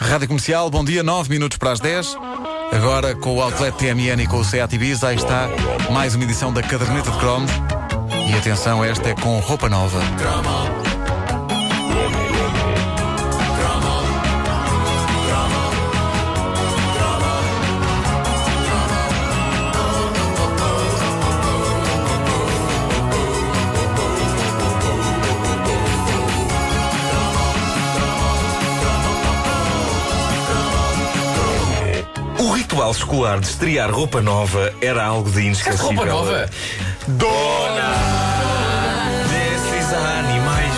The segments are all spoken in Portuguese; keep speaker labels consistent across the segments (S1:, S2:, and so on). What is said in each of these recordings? S1: Rádio Comercial, bom dia, 9 minutos para as 10. Agora com o Outlet TMN e com o Seat Ibiza, aí está mais uma edição da Caderneta de Cromo. E atenção, esta é com roupa nova.
S2: O ritual escolar de estrear roupa nova era algo de inesquecível.
S3: Roupa nova?
S2: Dona! Desses animais.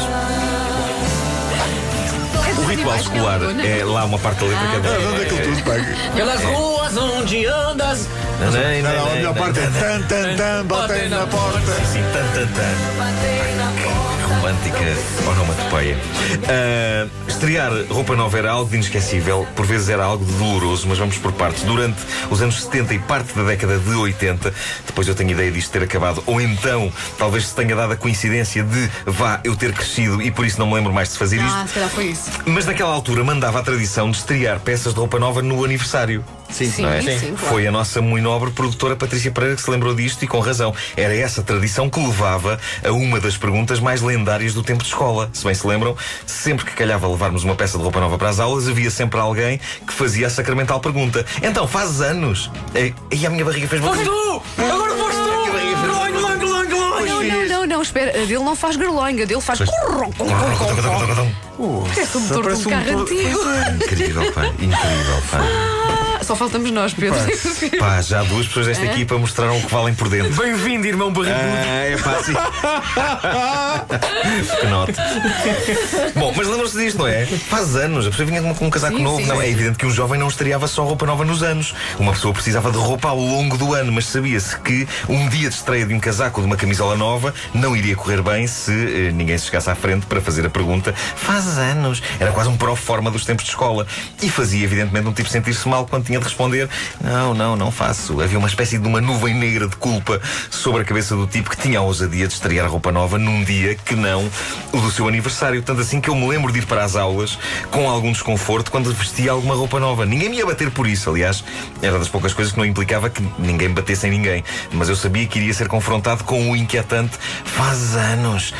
S2: O ritual escolar é lá uma parte da letra que é
S4: Onde é
S2: da-
S4: que ele tudo pega?
S3: Pelas
S2: É.
S3: ruas onde andas.
S2: Nanã,
S4: Não, não,
S2: nanã,
S4: a melhor parte é
S2: nanã.
S4: tan, tan, tan, batem na porta.
S2: Sim, assim, tan, tan, tan. Que Romântica onomatopeia. Ah, estrear roupa nova era algo de inesquecível, por vezes era algo de doloroso, mas vamos por partes. Durante os anos 70 e parte da década de 80, depois eu tenho ideia disto ter acabado, ou então talvez se tenha dado a coincidência de vá eu ter crescido e por isso não me lembro mais de fazer
S5: Ah,
S2: isto.
S5: se calhar foi isso.
S2: Mas naquela altura mandava a tradição de estrear peças de roupa nova no aniversário.
S5: Sim, sim,
S2: não é?
S5: sim, claro.
S2: Foi a nossa muito nobre produtora Patrícia Pereira que se lembrou disto e com razão. Era essa tradição que levava a uma das perguntas mais lendárias do tempo de escola. Se bem se lembram, sempre que calhava levarmos uma peça de roupa nova para as aulas, havia sempre alguém que fazia a sacramental pergunta. Então, fazes anos? E, e a minha barriga fez
S3: Foste tu! Agora foste tu! Glóin, glóin, glóin, glóin.
S5: Não, não, não, não, espera. A dele não faz garlonga, a dele faz. Parece o motor de um carro antigo.
S2: Incrível, pá. Incrível, pá.
S5: Ah, Só faltamos nós, Pedro.
S2: Pá, já duas pessoas desta equipa mostraram o que valem por dentro.
S3: Bem-vindo, irmão barrigudo.
S2: Ah, é pá, sim. Penote. Bom, mas lembram-se disto, não é? Faz anos, a pessoa vinha com um casaco
S5: Sim,
S2: novo.
S5: sim,
S2: não,
S5: sim.
S2: é evidente que um jovem não estreava só roupa nova nos anos. Uma pessoa precisava de roupa ao longo do ano, mas sabia-se que um dia de estreia de um casaco ou de uma camisola nova não iria correr bem se eh, ninguém se chegasse à frente para fazer a pergunta. Faz anos. Era quase um pró-forma dos tempos de escola. E fazia, evidentemente, um tipo sentir-se mal quando tinha de responder: Não, não, não faço. Havia uma espécie de uma nuvem negra de culpa sobre a cabeça do tipo que tinha a ousadia de estrear roupa nova num dia que não o do seu aniversário. Tanto assim que eu me lembro de ir para as aulas com algum desconforto quando vestia alguma roupa nova. Ninguém me ia bater por isso, aliás. Era das poucas coisas que não implicava que ninguém batesse em ninguém. Mas eu sabia que iria ser confrontado com o inquietante faz anos.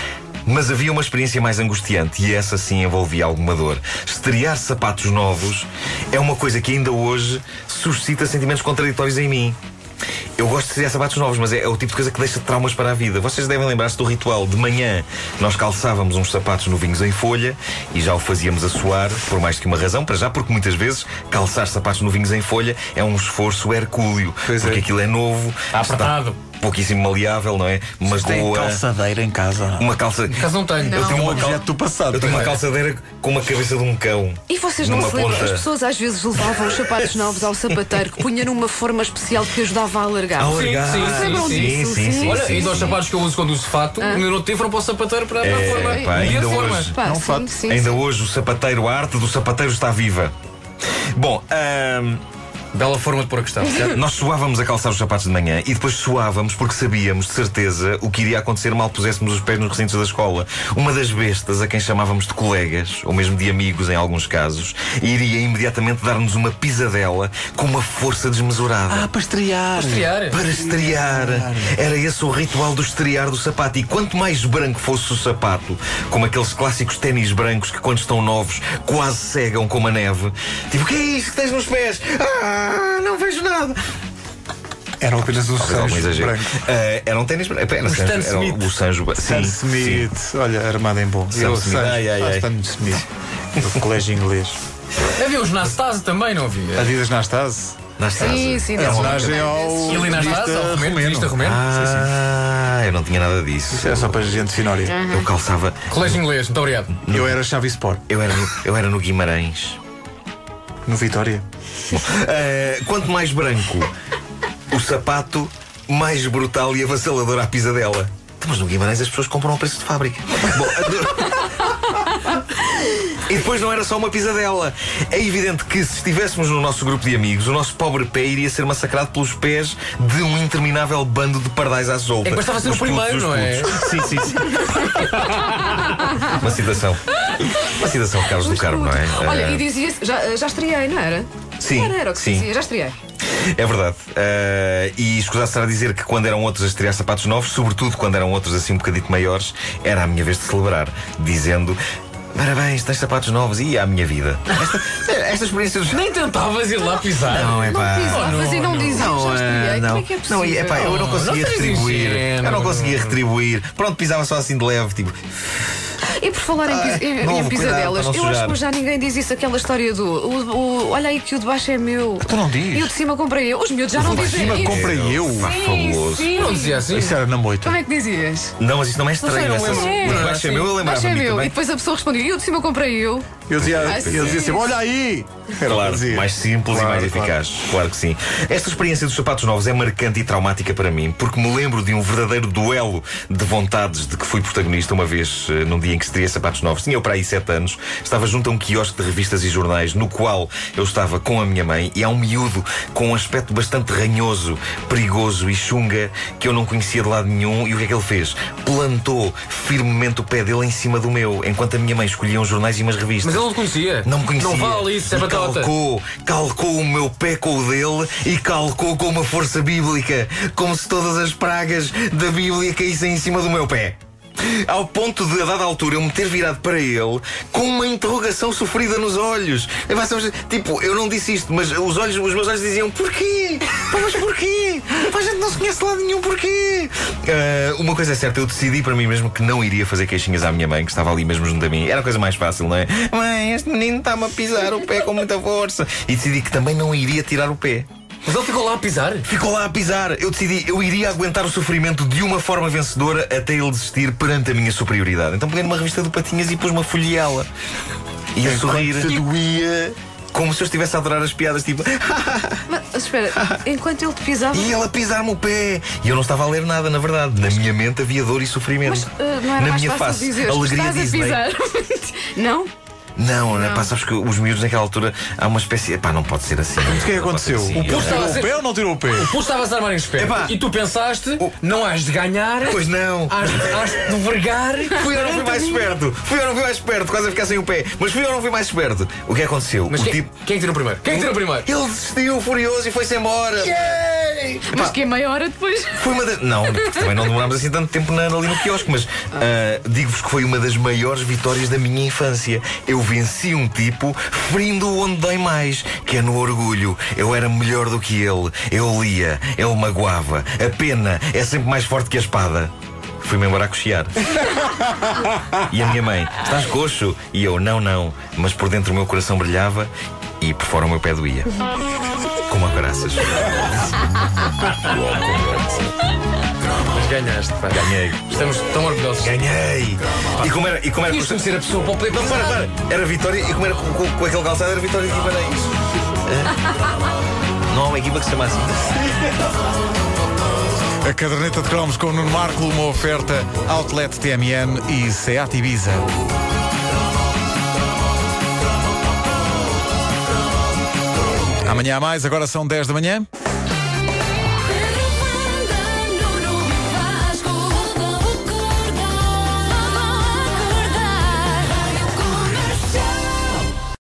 S2: Mas havia uma experiência mais angustiante e essa sim envolvia alguma dor. Estrear sapatos novos é uma coisa que ainda hoje suscita sentimentos contraditórios em mim. Eu gosto de estrear sapatos novos, mas é, é o tipo de coisa que deixa traumas para a vida. Vocês devem lembrar-se do ritual de manhã. Nós calçávamos uns sapatos novinhos em folha e já o fazíamos a suar, por mais que uma razão, para já, porque muitas vezes calçar sapatos novinhos em folha é um esforço hercúleo. porque aquilo é novo,
S3: Tá apertado.
S2: está pouquíssimo maleável, não é? Mas com a-
S4: calçadeira em casa.
S2: uma calça.
S3: Caso não tenho.
S2: Eu tenho uma
S1: é
S2: cal-
S4: Objeto do passado.
S2: eu tenho uma
S4: também.
S2: calçadeira com uma cabeça de um cão.
S5: E vocês não
S2: Numa
S5: se lembram que
S2: ponta.
S5: as pessoas às vezes levavam os sapatos novos ao sapateiro que punha numa forma especial que ajudava a alargar?
S2: Ah, obrigado.
S3: sim, sim,
S5: Lembram
S3: sim,
S5: disso?
S2: sim, sim.
S3: Olha, ainda os sapatos que eu uso quando uso fato, no outro dia foram para o sapateiro para para a forma.
S2: É, pá,
S3: E a
S2: ainda
S3: forma.
S2: hoje.
S5: Pá,
S4: Não
S5: sim,
S4: fato.
S5: sim,
S2: Ainda
S5: sim.
S2: hoje o sapateiro, a arte do sapateiro está viva. Bom, ahm,
S3: Bela forma de pôr a questão.
S2: nós suávamos a calçar os sapatos de manhã e depois suávamos porque sabíamos de certeza o que iria acontecer mal puséssemos os pés nos recintos da escola. Uma das bestas a quem chamávamos de colegas, ou mesmo de amigos em alguns casos, iria imediatamente dar-nos uma pisadela com uma força desmesurada.
S4: Ah, para estrear.
S3: Criar.
S2: Para estrear. Era esse o ritual do estrear do sapato. E quanto mais branco fosse o sapato, como aqueles clássicos ténis brancos que, quando estão novos, quase cegam como a neve. Tipo, o que é isto que tens nos pés? Ah, não vejo nada.
S4: Eram apenas um
S2: Talvez algum
S4: sanjo
S2: exagero.
S4: branco.
S2: Ah, era um ténis branco. Era
S3: Stan
S2: Sanjo- era
S3: Smith.
S2: o Sanjo. Sim, sim.
S4: Sam Smith, olha, armado em bom.
S2: Sam
S4: Eu,
S2: Smith.
S4: Sam-
S2: Ai, ai,
S4: Ah,
S2: ai.
S4: Sam Smith, do colégio inglês.
S3: Havia os Nastase também, não havia?
S4: Adidas Nastase,
S2: Nastase.
S5: Sim, sim,
S4: é
S5: desse
S4: homenagem
S5: tipo.
S4: ao.
S3: E ali Nastase,
S4: artista
S3: ao romeno,
S4: romeno.
S3: turista romeno.
S2: Ah, eu não tinha nada disso.
S4: Isso é só para gente finória.
S2: Eu calçava.
S3: Colégio inglês, muito obrigado.
S4: Eu era Xavi Sport,
S2: Eu era no, eu era no Guimarães.
S4: no Vitória.
S2: Uh, quanto mais branco o sapato, mais brutal e avassaladora a pisadela. Então, Mas no Guimarães as pessoas compram a preço de fábrica. Bom, a dor- E depois não era só uma pisadela. É evidente que se estivéssemos no nosso grupo de amigos, o nosso pobre pé iria ser massacrado pelos pés de um interminável bando de pardais à solta.
S3: É que bastava ser o é?
S2: Os putos,
S3: primeiro,
S2: os
S3: não é?
S2: putos. Sim, sim, sim. uma citação. Uma citação de Carlos do Carmo, não é?
S5: Olha,
S2: Ah,
S5: e dizia-se, já, já estreiei, não era?
S2: Sim,
S5: Era, era o que se
S2: sim.
S5: dizia, já estreiei.
S2: É verdade. Eh, e escusar será dizer que quando eram outros a estrear sapatos novos, sobretudo quando eram outros assim um bocadito maiores, era a minha vez de celebrar, dizendo. Parabéns, tens sapatos novos e à minha vida. Esta, esta experiência dos.
S3: Nem tentavas ir lá pisar.
S2: é
S5: não pisavas
S3: Oh,
S5: e
S3: não,
S5: não dizias, já estreiei. Como é que é possível?
S2: eh, não, e, epá, eu não Hum.
S3: Não,
S2: conseguia
S3: não sejas
S2: retribuir.
S3: ingênuo.
S2: Eu não conseguia retribuir. Pronto, pisava só assim de leve, tipo.
S5: E por falar em, pis-
S2: Ai,
S5: em- em
S2: novo,
S5: pisadelas,
S2: cuidado para
S5: eu
S2: não
S5: acho
S2: sujar.
S5: que já ninguém diz isso, aquela história do o- o- olha aí que o de baixo é meu.
S2: Então
S4: Tu não diz?
S5: E o de cima comprei eu. Os miúdos já não
S2: de
S5: dizem
S4: cima
S5: isso.
S4: comprei eu.
S2: Pá,
S5: Sim,
S2: fabuloso.
S5: sim.
S3: Não dizia assim.
S4: Isso era na moita.
S5: Como é que dizias?
S2: Não, mas isso não é estranho.
S3: não
S2: essa-
S3: lembro.
S5: É.
S2: O de baixo é meu, eu
S5: Baixo é
S2: lembrava-me
S5: meu. E
S2: também.
S5: depois a pessoa responde, e o de cima comprei eu.
S4: Eu dizia,
S5: Ah,
S4: eu dizia
S5: sim.
S4: assim: olha aí! Era o que
S2: Claro,
S4: dizia.
S2: mais simples
S4: Claro,
S2: e mais
S4: claro.
S2: eficaz. Claro que sim. Esta experiência dos sapatos novos é marcante e traumática para mim, porque me lembro de um verdadeiro duelo de vontades de que fui protagonista uma vez eh, num dia em que estria sapatos novos. Tinha eu para aí sete anos, estava junto a um quiosque de revistas e jornais, no qual eu estava com a minha mãe, e há um miúdo com um aspecto bastante ranhoso, perigoso e chunga que eu não conhecia de lado nenhum. E o que é que ele fez? Plantou firmemente o pé dele em cima do meu, enquanto a minha mãe escolhia uns jornais e umas revistas.
S3: Mas ele não te conhecia.
S2: Não me conhecia.
S3: Não vale isso, é
S2: E
S3: batota.
S2: Calcou, calcou o meu pé com o dele e calcou com uma força bíblica, como se todas as pragas da Bíblia caíssem em cima do meu pé. Ao ponto de, a dada altura, eu me ter virado para ele com uma interrogação sofrida nos olhos. Eu, mas, mas, Tipo, eu não disse isto, mas os, olhos, os meus olhos diziam: Porquê? Pá, Mas porquê? Pá, A gente não se conhece de lado nenhum, porquê? Ah, uma coisa é certa, eu decidi para mim mesmo que não iria fazer queixinhas à minha mãe, que estava ali mesmo junto a mim. Era a coisa mais fácil, não é? Mãe, este menino está-me a pisar o pé com muita força. E decidi que também não iria tirar o pé.
S3: Mas ele ficou lá a pisar.
S2: Ficou lá a pisar. Eu decidi, eu iria aguentar o sofrimento de uma forma vencedora até ele desistir perante a minha superioridade. Então peguei numa revista do Patinhas e pus-me a folheá-la. E a sorrir.
S4: Se doía.
S2: Como se eu estivesse a adorar as piadas, tipo.
S5: Mas espera, enquanto ele te pisava.
S2: E ele a pisar-me o pé. E eu não estava a ler nada, na verdade. Na minha mente havia dor e sofrimento.
S5: Mas eh, não era
S2: na
S5: mais
S2: minha
S5: fácil
S2: face,
S5: dizer
S2: alegria
S5: estás
S2: Disney.
S5: a pisar. não?
S2: Não, não. Pá, sabes que os miúdos naquela altura há uma espécie. Pá, não pode ser assim.
S4: Mas o que é que aconteceu? O
S2: Não
S4: posto
S2: pode ser assim.
S3: Estava a
S4: tirou o
S3: ser-
S4: pé ou não tirou o pé?
S3: Tu estavas a armar em espelho.
S2: Epá.
S3: E tu pensaste, não has de ganhar,
S2: é. Pois não.
S3: has, has de vergar.
S2: Ah, Fui um ou não fui mais esperto? Fui ou não fui mais esperto? Quase a ficar sem o pé. Mas fui ou não fui mais esperto? O que aconteceu?
S3: Mas
S2: o
S3: quem,
S2: tipo.
S3: quem é que tirou primeiro? Quem é que tirou primeiro?
S2: Ele desistiu furioso e foi-se embora.
S5: Mas que é meia hora depois.
S2: Foi uma das. Não, porque também não demorámos assim tanto tempo na, ali no quiosque, mas ah, digo-vos que foi uma das maiores vitórias da minha infância. Eu venci um tipo ferindo onde dói mais, que é no orgulho. Eu era melhor do que ele. Eu lia, ele magoava. A pena é sempre mais forte que a espada. Fui-me embora a cochear. E a minha mãe, estás coxo? E eu, não, não. Mas por dentro o meu coração brilhava e por fora o meu pé doía. Como a graças.
S3: Mas ganhaste, pá.
S2: Ganhei.
S3: Estamos tão orgulhosos.
S2: Ganhei! E como era, e como era
S3: Quis conhecer a pessoa para o poder
S2: Não, para,
S3: passar.
S2: para. Era Vitória e como era com, com- com aquele calçado era Vitória de Guimarães. Ah. Não há uma equipa que se chama assim.
S1: A caderneta de cromos com o Nuno Marco, uma oferta Outlet TMN e Seat Ibiza. Amanhã há mais, agora são 10 da manhã.